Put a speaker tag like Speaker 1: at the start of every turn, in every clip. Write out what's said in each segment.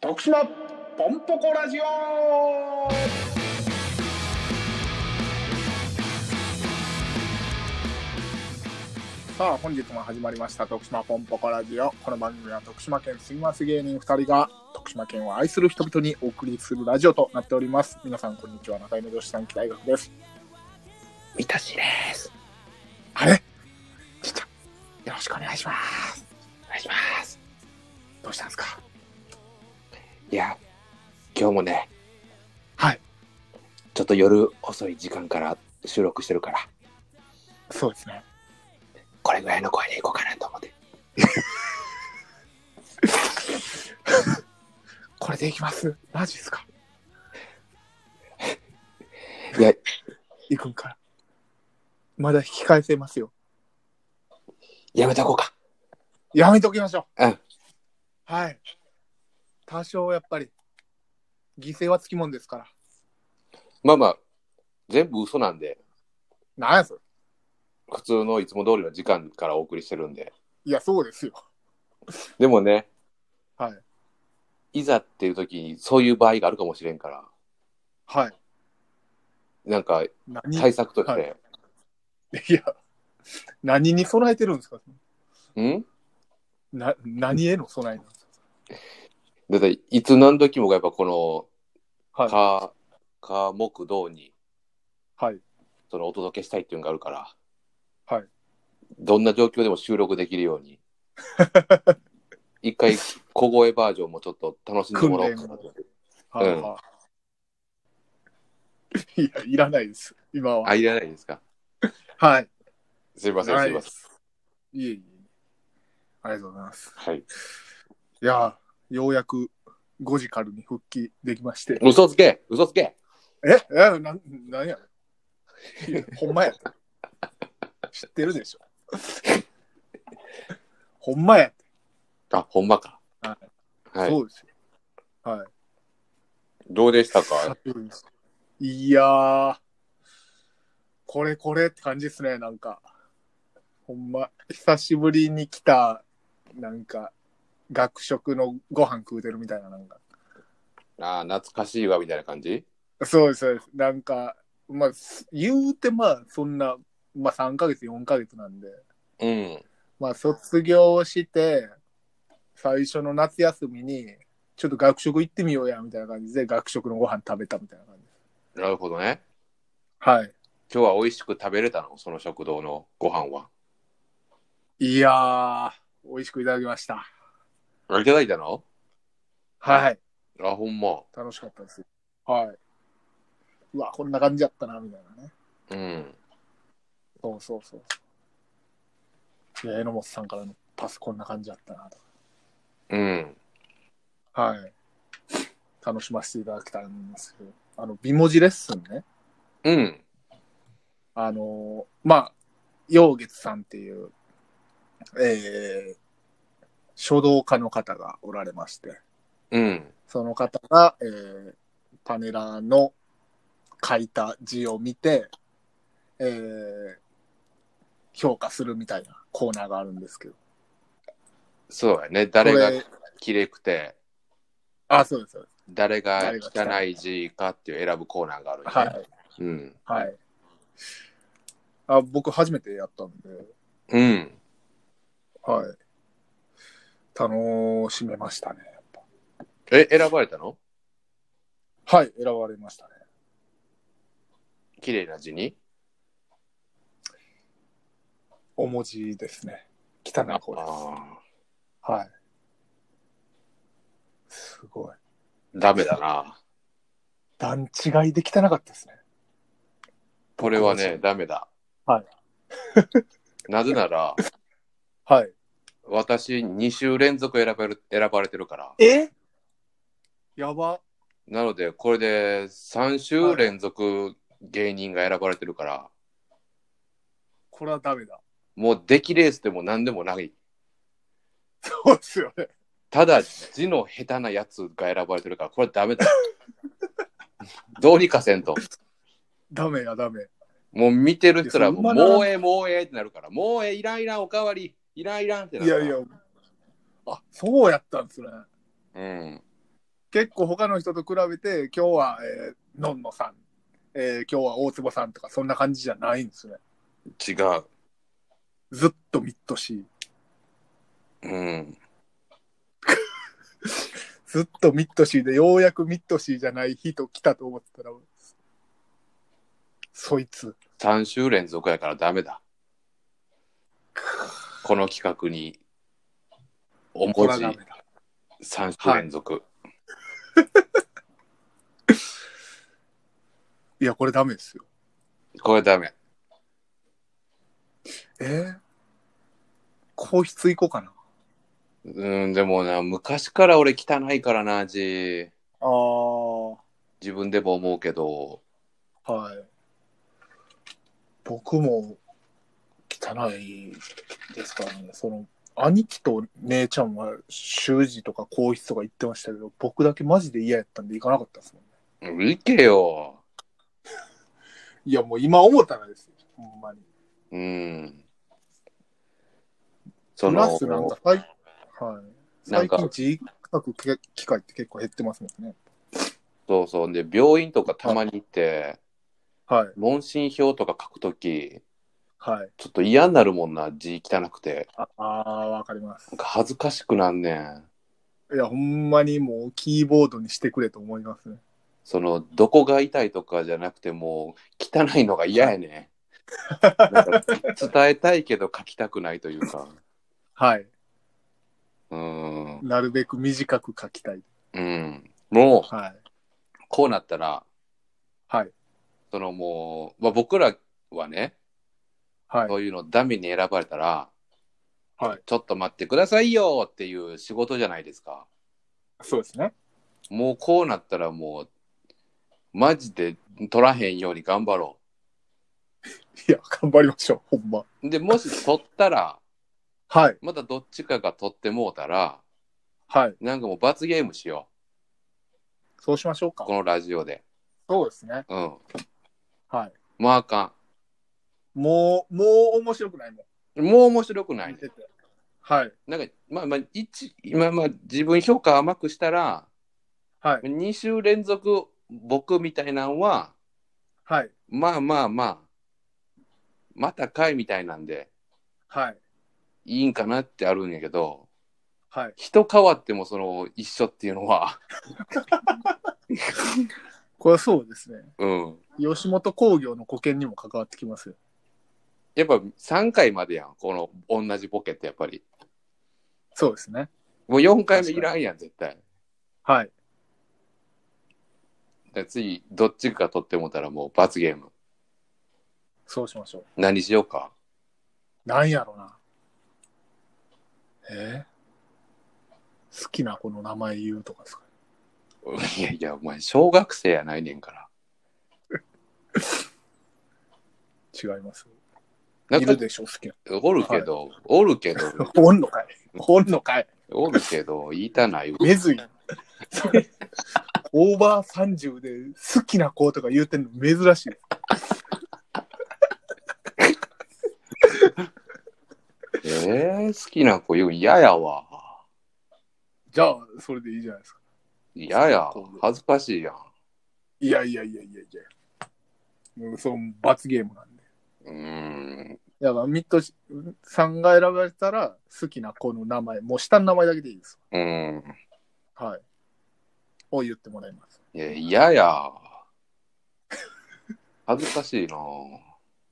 Speaker 1: 徳島ポンポコラジオさあ本日も始まりました徳島ポンポコラジオこの番組は徳島県住みます芸人2人が徳島県を愛する人々にお送りするラジオとなっております皆さんこんにちは中山女子短期大学です
Speaker 2: みたしです。
Speaker 1: あれちっちゃよろしくお願いします
Speaker 2: お願いします。
Speaker 1: どうしたんですか
Speaker 2: いや、今日もね、
Speaker 1: はい。
Speaker 2: ちょっと夜遅い時間から収録してるから、
Speaker 1: そうですね
Speaker 2: これぐらいの声でいこうかなと思って。
Speaker 1: これでいきますマジっすか
Speaker 2: いや、
Speaker 1: 行くんからまだ引き返せますよ
Speaker 2: やめとこうか。
Speaker 1: やめときましょう。
Speaker 2: うん
Speaker 1: はい。多少やっぱり、犠牲はつきもんですから。
Speaker 2: まあまあ、全部嘘なんで、
Speaker 1: なんやそれ。
Speaker 2: 普通のいつも通りの時間からお送りしてるんで。
Speaker 1: いや、そうですよ。
Speaker 2: でもね、
Speaker 1: はい。
Speaker 2: いざっていう時にそういう場合があるかもしれんから、
Speaker 1: はい。
Speaker 2: なんか
Speaker 1: 何
Speaker 2: 対策として、
Speaker 1: はいいや、何に備えてるんですか
Speaker 2: うん
Speaker 1: な何への備えなんですか
Speaker 2: だっていつ何時もがやっぱこの、
Speaker 1: は
Speaker 2: か、か、木、土に、
Speaker 1: い。はい。
Speaker 2: そのお届けしたいっていうのがあるから、
Speaker 1: はい。
Speaker 2: どんな状況でも収録できるよう に、一回小声バージョンもちょっと楽しんでもらおうかなと。
Speaker 1: はい、
Speaker 2: うん
Speaker 1: はいいや、いらないです。今は。
Speaker 2: あ、いらないですか。
Speaker 1: はい。
Speaker 2: すいません、
Speaker 1: な
Speaker 2: すい
Speaker 1: いで
Speaker 2: ません。
Speaker 1: す。いえいえ。ありがとうございます。
Speaker 2: はい。
Speaker 1: いや、ようやくゴジカルに復帰できまして。
Speaker 2: 嘘つけ嘘つけ
Speaker 1: ええなんなんやいやほんまや。知ってる でしょ。ほんまや、
Speaker 2: あ、ほんまか。
Speaker 1: は
Speaker 2: はい。
Speaker 1: そうですよ。はい。
Speaker 2: どうでした
Speaker 1: 久
Speaker 2: か
Speaker 1: しぶりですいやー、これこれって感じですね、なんか。ほんま、久しぶりに来た、なんか、学食のご飯食うてるみたいな、なんか。
Speaker 2: あー懐かしいわ、みたいな感じ
Speaker 1: そうです、そうです。なんか、まあ、す言うてまあ、そんな、まあ3ヶ月、4ヶ月なんで。
Speaker 2: うん。
Speaker 1: まあ、卒業して、最初の夏休みに、ちょっと学食行ってみようや、みたいな感じで、学食のご飯食べたみたいな感じです。
Speaker 2: なるほどね。
Speaker 1: はい。
Speaker 2: 今日は美味しく食べれたのその食堂のご飯は。
Speaker 1: いやー、美味しくいただきました。
Speaker 2: あいただいたの
Speaker 1: はい。
Speaker 2: あ、ほんま。
Speaker 1: 楽しかったです。はい。うわ、こんな感じやったな、みたいなね。
Speaker 2: うん。
Speaker 1: そうそうそう。いや、榎本さんからのパス、こんな感じやったな、と
Speaker 2: うん。
Speaker 1: か。はい。楽しませていただきたいんですけど、あの、美文字レッスンね。
Speaker 2: うん。
Speaker 1: あのーまあ、陽月さんっていう、えー、書道家の方がおられまして、
Speaker 2: うん。
Speaker 1: その方が、えー、パネラーの書いた字を見て、えー、評価するみたいなコーナーがあるんですけど。
Speaker 2: そうやね。誰が
Speaker 1: これ
Speaker 2: きれくて、
Speaker 1: あ、そうです、そうです。
Speaker 2: 誰が汚い字かっていう選ぶコーナーがあるよね。
Speaker 1: はい。
Speaker 2: うん。
Speaker 1: はい。あ、僕初めてやったんで、
Speaker 2: うん。
Speaker 1: はい。楽しめましたね。やっ
Speaker 2: え、選ばれたの
Speaker 1: ぱはい、選ばれましたね。
Speaker 2: 綺麗な字に
Speaker 1: お文字ですね。汚い方です。
Speaker 2: あ
Speaker 1: はい。すごい。
Speaker 2: ーダメだな。
Speaker 1: 段違いで汚かったですね。
Speaker 2: これはね、ダメだ。
Speaker 1: はい。
Speaker 2: なぜなら、
Speaker 1: はい。
Speaker 2: 私2週連続選ばれ選ばれてるから。
Speaker 1: えやば。
Speaker 2: なので、これで3週連続芸人が選ばれてるから、
Speaker 1: これはダメだ。
Speaker 2: もう出来レースでも何でもない。
Speaker 1: そうですよね。
Speaker 2: ただ字の下手なやつが選ばれてるから、これダメだ。 どうにかせんと。
Speaker 1: ダメや、ダメ。
Speaker 2: もう見てる人らも
Speaker 1: いや
Speaker 2: う、
Speaker 1: そんなな
Speaker 2: もうええ、もうええってなるから、もうええ、いらんいらん、おかわり、いらんいらんってないるか
Speaker 1: や
Speaker 2: ら。
Speaker 1: いや。あ、そうやったんですね。
Speaker 2: うん。
Speaker 1: 結構他の人と比べて、今日は、えーのんのさん、えー今日は大坪さんとか、そんな感じじゃないんですね。
Speaker 2: 違う。
Speaker 1: ずっとミッドし、
Speaker 2: うん。
Speaker 1: ずっとミッドしで、ようやくミッドしじゃない人来たと思ってたら、そいつ。
Speaker 2: 3週連続やからダメだ。この企画に、お文
Speaker 1: こら
Speaker 2: 字
Speaker 1: ダメだ。
Speaker 2: 3週連続。
Speaker 1: いや、これダメですよ。
Speaker 2: これダメ。
Speaker 1: えー、皇室行こうかな。
Speaker 2: うん、でもな、昔から俺汚いからな、じ。
Speaker 1: ああ。
Speaker 2: 自分でも思うけど、
Speaker 1: はい。僕も汚いですからね。その、兄貴と姉ちゃんは習字とか皇室とか行ってましたけど、僕だけマジで嫌やったんで行かなかったですもんね。
Speaker 2: いけよ。
Speaker 1: いや、もう今思ったらですよ。ほんまに。
Speaker 2: うん。そ
Speaker 1: プ
Speaker 2: の、
Speaker 1: ラスなんか最、はい、
Speaker 2: なん
Speaker 1: 最
Speaker 2: か
Speaker 1: 近字書く機会って結構減ってますもんね。
Speaker 2: そうそう。で、病院とかたまに行って、
Speaker 1: はい。
Speaker 2: 問診票とか書くとき、
Speaker 1: はい。
Speaker 2: ちょっと嫌になるもんな、字汚くて。
Speaker 1: ああー、わかります
Speaker 2: なん。か恥ずかしくなんねん。
Speaker 1: いや、ほんまにもうキーボードにしてくれと思いますね。
Speaker 2: その、どこが痛いとかじゃなくて、もう、汚いのが嫌やねん。なんか伝えたいけど書きたくないというか。
Speaker 1: はい。
Speaker 2: うん。
Speaker 1: なるべく短く書きたい。
Speaker 2: うん。もう、
Speaker 1: はい。
Speaker 2: こうなったら、
Speaker 1: はい。
Speaker 2: そのもう、まあ、僕らはね、
Speaker 1: はい。
Speaker 2: そういうのダメに選ばれたら、
Speaker 1: はい。
Speaker 2: ちょっと待ってくださいよっていう仕事じゃないですか。
Speaker 1: そうですね。
Speaker 2: もうこうなったらもう、マジで取らへんように頑張ろ
Speaker 1: いや、頑張りましょう、ほんま。
Speaker 2: う。で、もし取ったら、
Speaker 1: はい。
Speaker 2: またどっちかが取ってもうたら、
Speaker 1: はい。
Speaker 2: なんかもう罰ゲームしよ
Speaker 1: そうしましょう
Speaker 2: う。
Speaker 1: か
Speaker 2: こ。のラジオで。
Speaker 1: そうですね。
Speaker 2: うん。
Speaker 1: はい。
Speaker 2: まああか
Speaker 1: もう、もう面白くないも。
Speaker 2: ん。もう面白くなんい
Speaker 1: 見
Speaker 2: ね。
Speaker 1: てて。はい。
Speaker 2: なんか、まあまあ、一、まあまあ、自分評価甘くしたら、
Speaker 1: はい。
Speaker 2: 2週連続僕みたいなんは、
Speaker 1: はい。
Speaker 2: まあまあまあ、またかいみたいなんで、
Speaker 1: はい。
Speaker 2: いいんかなってあるんやけど、
Speaker 1: はい。
Speaker 2: 人変わってもその一緒っていうのは、
Speaker 1: これはそうですね。
Speaker 2: うん。
Speaker 1: 吉本興業の保険にも関わってきますよ。
Speaker 2: やっぱ3回までやん、この同じボケってやっぱり。
Speaker 1: そうですね。
Speaker 2: もう4回目いらんやん、絶対。
Speaker 1: はい。
Speaker 2: で次、どっちか取ってもたらもう罰ゲーム。
Speaker 1: そうしましょう。
Speaker 2: 何しようか。
Speaker 1: なんやろな。えー好きな子の名前言うとかですか
Speaker 2: いやいや、お前、小学生やないねんから。
Speaker 1: 違います。
Speaker 2: ないんか
Speaker 1: る、でしょ、好きな。
Speaker 2: おるけど、おるけど、
Speaker 1: おんのかい。おんのかい。
Speaker 2: おるけど、言いたないわ。
Speaker 1: めずい。それオーバー30で好きな子とか言うてんの珍しい。
Speaker 2: えー、好きな子言うん嫌やわ。
Speaker 1: じゃあ、それでいいじゃないですか。
Speaker 2: 嫌や。恥ずかしいやん。
Speaker 1: いやいやいやいやいや。うんその罰ゲームなんで。
Speaker 2: うーん。
Speaker 1: だから、ミッドさんが選ばれたら、好きな子の名前、もう下の名前だけでいいです。
Speaker 2: うーん。
Speaker 1: はい。を言ってもらいます。
Speaker 2: いや、嫌や。 恥ずかしいな。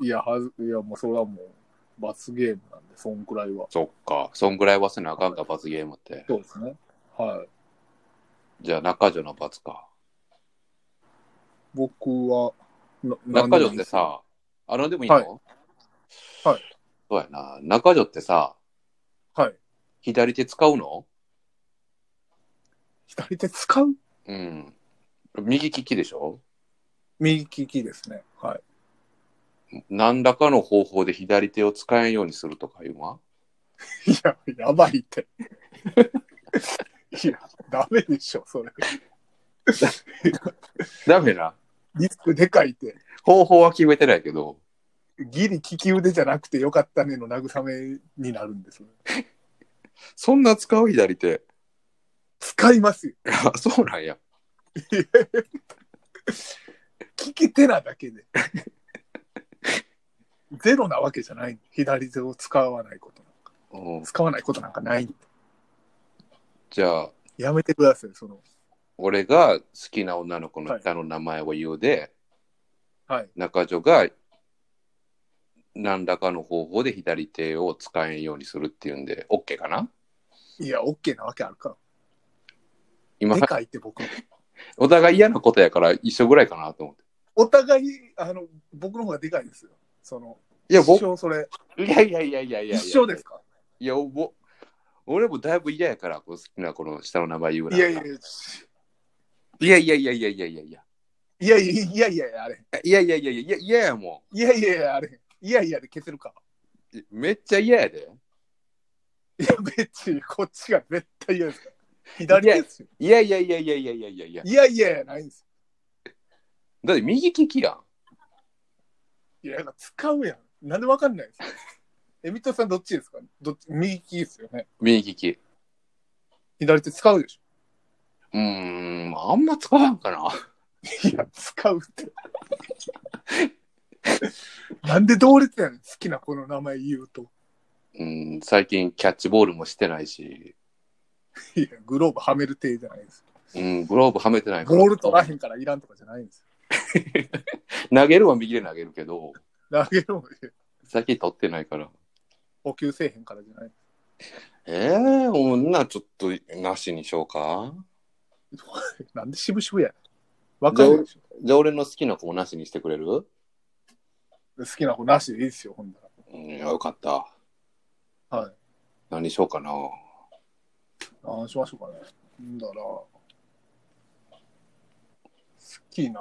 Speaker 1: いや、はず、いや、もうそれはもう、罰ゲームなんで、そんくらいは。
Speaker 2: そっか。そんぐらいはせなあかんか、罰ゲームって。
Speaker 1: そうですね。はい。
Speaker 2: じゃあ、中条の罰か。
Speaker 1: 僕は、な
Speaker 2: 中条っ
Speaker 1: なんでもいいで
Speaker 2: て
Speaker 1: す
Speaker 2: さ、あの、でもいいの
Speaker 1: はいはい。
Speaker 2: そうやな。中条ってさ、
Speaker 1: はい。
Speaker 2: 左手使うの
Speaker 1: 左手使う
Speaker 2: うん。右利きでしょ
Speaker 1: 右利きですね。はい。
Speaker 2: 何らかの方法で左手を使えんようにするとかいうのはい
Speaker 1: や、やばいって。いや、ダメでしょ、それ。
Speaker 2: ダメな。
Speaker 1: リスクでかいって。
Speaker 2: 方法は決めてないけど、
Speaker 1: ギリ利き腕じゃなくてよかったねの慰めになるんです。
Speaker 2: そんな使う左手。
Speaker 1: 使いますよ。
Speaker 2: あそうなんや。
Speaker 1: 利き手なだけで。ゼロなわけじゃない。左手を使わないこと。
Speaker 2: うん
Speaker 1: 使わないことなんかない。
Speaker 2: じゃあ、
Speaker 1: やめてください、その。
Speaker 2: 俺が好きな女の子の下の名前を言うで、
Speaker 1: はい。
Speaker 2: 中女が何らかの方法で左手を使えんようにするっていうんで、OK かない
Speaker 1: や、OK なわけあるか。
Speaker 2: 今
Speaker 1: で、かいって僕。
Speaker 2: お互い嫌なことやから一緒ぐらいかなと思って。
Speaker 1: お互い、あの、僕の方がでかいんですよ。その、
Speaker 2: いや、
Speaker 1: 一
Speaker 2: 僕、
Speaker 1: 生それ、
Speaker 2: いやいやいやいやいや。
Speaker 1: 一生ですか
Speaker 2: いや、ぼ俺もだいぶ嫌やから、こう好きなこの下の名前言うな。
Speaker 1: いやいやいや、
Speaker 2: いやいやいやいやいやいやいや。
Speaker 1: いやいやいやいやいや、あれ。
Speaker 2: いやいやいやいやいや嫌やも
Speaker 1: いやいやいや、あれ。いやいやで消せるか。
Speaker 2: ん。めっちゃ嫌やで。
Speaker 1: いや、別にこっちが絶対嫌ですから。左ですよ。
Speaker 2: いやいやいやいやいやいやいやいや。
Speaker 1: いやいやいや、ないんです
Speaker 2: だって右利きやん。
Speaker 1: よ。いや、なんか使うやん。なんでわかんないんですかえみとさんどっちですかどっち右利きですよね。
Speaker 2: 右利き。
Speaker 1: 左手使うでし
Speaker 2: うーん、あんま使わんかな。
Speaker 1: ょ。いや、使うって。なんで同列やねん。好きな子の名前言うと。
Speaker 2: うん、最近キャッチボールもしてないし、
Speaker 1: いや、グローブはめる程じゃないんですよ。
Speaker 2: うん、グローブはめてないから。
Speaker 1: ボール取らへんからいらんとかじゃないんですよ。
Speaker 2: 投げるは右で投げるけど、
Speaker 1: 投げるもんね
Speaker 2: 最近取ってないから。
Speaker 1: 補給せえへんからじゃない。
Speaker 2: えー、女ちょっとなしにしようか。
Speaker 1: なんで渋々やねん。わかるでしょ。
Speaker 2: じゃあ俺の好きな子もなしにしてくれる
Speaker 1: 好きな子なしでいいですよ、ほんな
Speaker 2: うん、よかった。
Speaker 1: ら。はい。
Speaker 2: 何しようかな。
Speaker 1: 何しましょうかね。んだら、好きな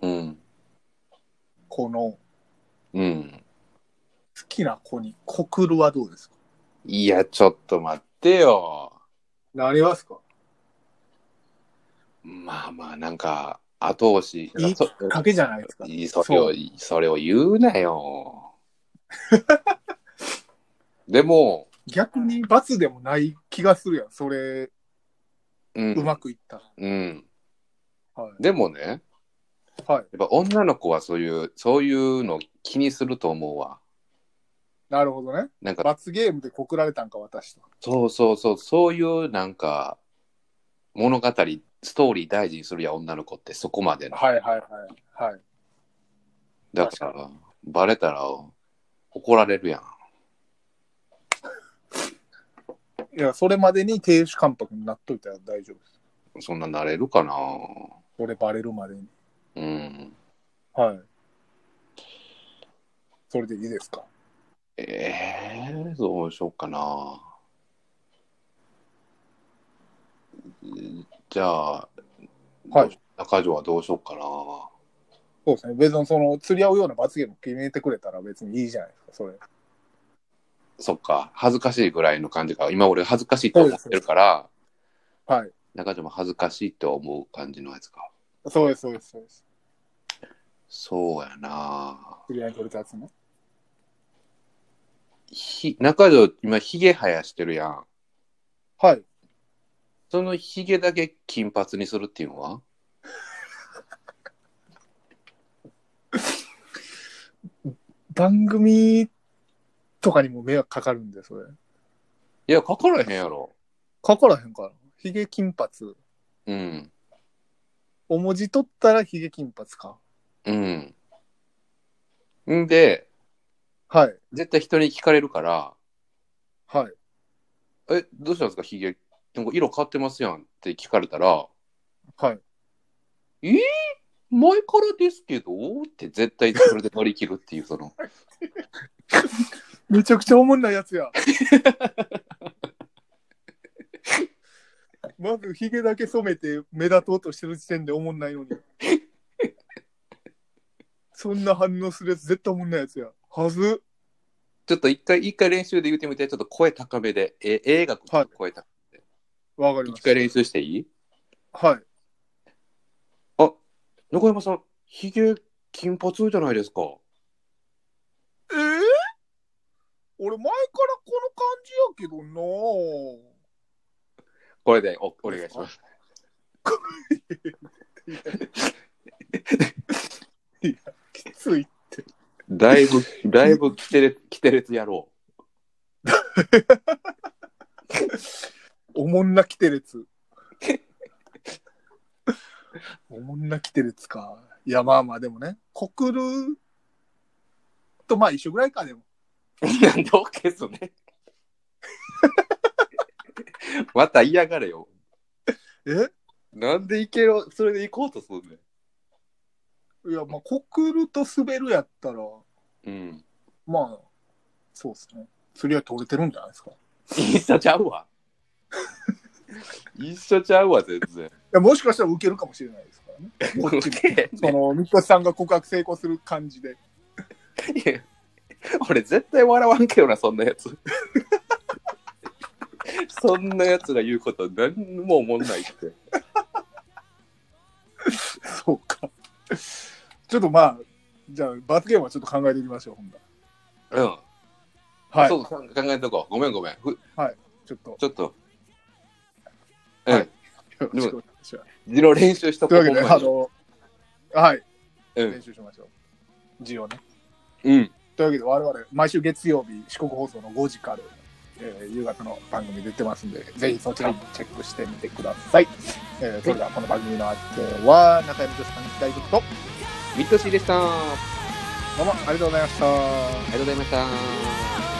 Speaker 2: うん。
Speaker 1: 子の、好
Speaker 2: うん。
Speaker 1: きな子に告るはどうですか
Speaker 2: いや、ちょっと待ってよ。
Speaker 1: なりますか
Speaker 2: まあまあ、なんか、後押し。
Speaker 1: いい
Speaker 2: そ
Speaker 1: かけじゃないですか。
Speaker 2: いいそれを
Speaker 1: そう
Speaker 2: そ、れを言うなよ。 でも、
Speaker 1: 逆に罰でもない気がするやん。それ、
Speaker 2: うん。
Speaker 1: うまくいったら。
Speaker 2: うん。
Speaker 1: はい。
Speaker 2: でもね、
Speaker 1: はい。
Speaker 2: やっぱ女の子はそういう、そういうの気にすると思うわ。
Speaker 1: なるほどね。
Speaker 2: なんか、
Speaker 1: 罰ゲームで告られたんか、私と。
Speaker 2: そうそうそう、そういうなんか、物語、ストーリー大事にするやん、女の子って、そこまでの。
Speaker 1: はいはいはい。はい。
Speaker 2: だから、バレたら怒られるやん。
Speaker 1: いや、それまでに亭主関白になっといたら大丈夫です。
Speaker 2: そんななれるかな
Speaker 1: これバレるまでに。
Speaker 2: うん。
Speaker 1: はい。それでいいですか
Speaker 2: ええー、どうしようかな。じゃあ、
Speaker 1: はい
Speaker 2: どうし。中条はどうしようかな。
Speaker 1: そうですね。別にその、釣り合うような罰ゲーム決めてくれたら別にいいじゃないですか、それ。
Speaker 2: そっか、恥ずかしいぐらいの感じか。今俺恥ずかしいと思ってるから、
Speaker 1: はい。
Speaker 2: 中条も恥ずかしいと思う感じのやつか。
Speaker 1: そうです、そうです、そうです。
Speaker 2: そうやな。
Speaker 1: 釣り合いに取れたやつね。
Speaker 2: ひ中条、今ひげ生やしてるやん。
Speaker 1: はい。
Speaker 2: そのひげだけ金髪にするっていうのは
Speaker 1: 番組とかにも迷惑かかるんで、それ。
Speaker 2: いや、かからへんやろ。
Speaker 1: かからへんから。ヒゲ金髪。
Speaker 2: うん。
Speaker 1: お文字取ったらヒゲ金髪か。
Speaker 2: うん。んで、
Speaker 1: はい。
Speaker 2: 絶対人に聞かれるから、
Speaker 1: はい。
Speaker 2: え、どうしたんですか、ひげ。なんか色変わってますやんって聞かれたら、
Speaker 1: はい。
Speaker 2: 前からですけどって絶対それで乗り切るっていう、そ の。
Speaker 1: めちゃくちゃおもんないやつ や。まずヒゲだけ染めて目立とうとしてる時点でおもんないのに。そんな反応するやつ絶対おもんないやつや。はず。
Speaker 2: ちょっと一回、一回練習で言ってみて、ちょっと声高めで、え、映画
Speaker 1: はい
Speaker 2: 声高
Speaker 1: わか
Speaker 2: め。
Speaker 1: りま
Speaker 2: 一
Speaker 1: した
Speaker 2: 回。練習していい
Speaker 1: はい。
Speaker 2: あ、中山さん、ひげ金髪じゃないですか。
Speaker 1: えー、俺前からこの感じやけどな
Speaker 2: これでおお願いします。
Speaker 1: きつい。
Speaker 2: だいぶ、だいぶ、きてれ、きてれつやろ
Speaker 1: おもんなきてれつ。おもんなきてれつか。いや、まあまあ、でもね、告るとまあ一緒ぐらいか、でも。
Speaker 2: う。いや、どう消すね。また嫌がれよ。
Speaker 1: え
Speaker 2: なんでいけろ、それで行こうとするね
Speaker 1: いや、まあ、告ると滑るやったら、
Speaker 2: ん。うん。
Speaker 1: まあ、そうですね。釣りは取れてるんじゃないですか。い
Speaker 2: 一緒ちゃうわ。一緒ちゃうわ、全然。
Speaker 1: や、もしかしたら受けるかもしれないですから ね。こっちも。
Speaker 2: け
Speaker 1: その、三越さんが告白成功する感じで。
Speaker 2: いや俺絶対笑わんけどなそんなやつそんなやつが言うこと何も思んないって
Speaker 1: そうか。ちょっとまあ、じゃあ、罰ゲームはちょっと考えてみましょう、ほんな
Speaker 2: うん、
Speaker 1: らは
Speaker 2: そ
Speaker 1: い。
Speaker 2: う考えとこうごめんごめんふ
Speaker 1: ちょっと、
Speaker 2: ちょっと
Speaker 1: よろしくお願いします。
Speaker 2: 字の練習しと
Speaker 1: と
Speaker 2: こ
Speaker 1: いう
Speaker 2: う
Speaker 1: わけで、
Speaker 2: ほんま
Speaker 1: あ
Speaker 2: に
Speaker 1: の、はい、
Speaker 2: う
Speaker 1: 練
Speaker 2: ん、
Speaker 1: 習しましょう。字をね。
Speaker 2: うん、
Speaker 1: というわけで、我々、毎週月曜日、四国放送の5時から、えー夕方の番組出てますんで、ぜひそちらもチェックしてみてください。えーそれでは、この番組の相手は、中山女子さん、期待と、
Speaker 2: ミッドシーでしたあ
Speaker 1: どうもありがとうございました。
Speaker 2: りがとうございました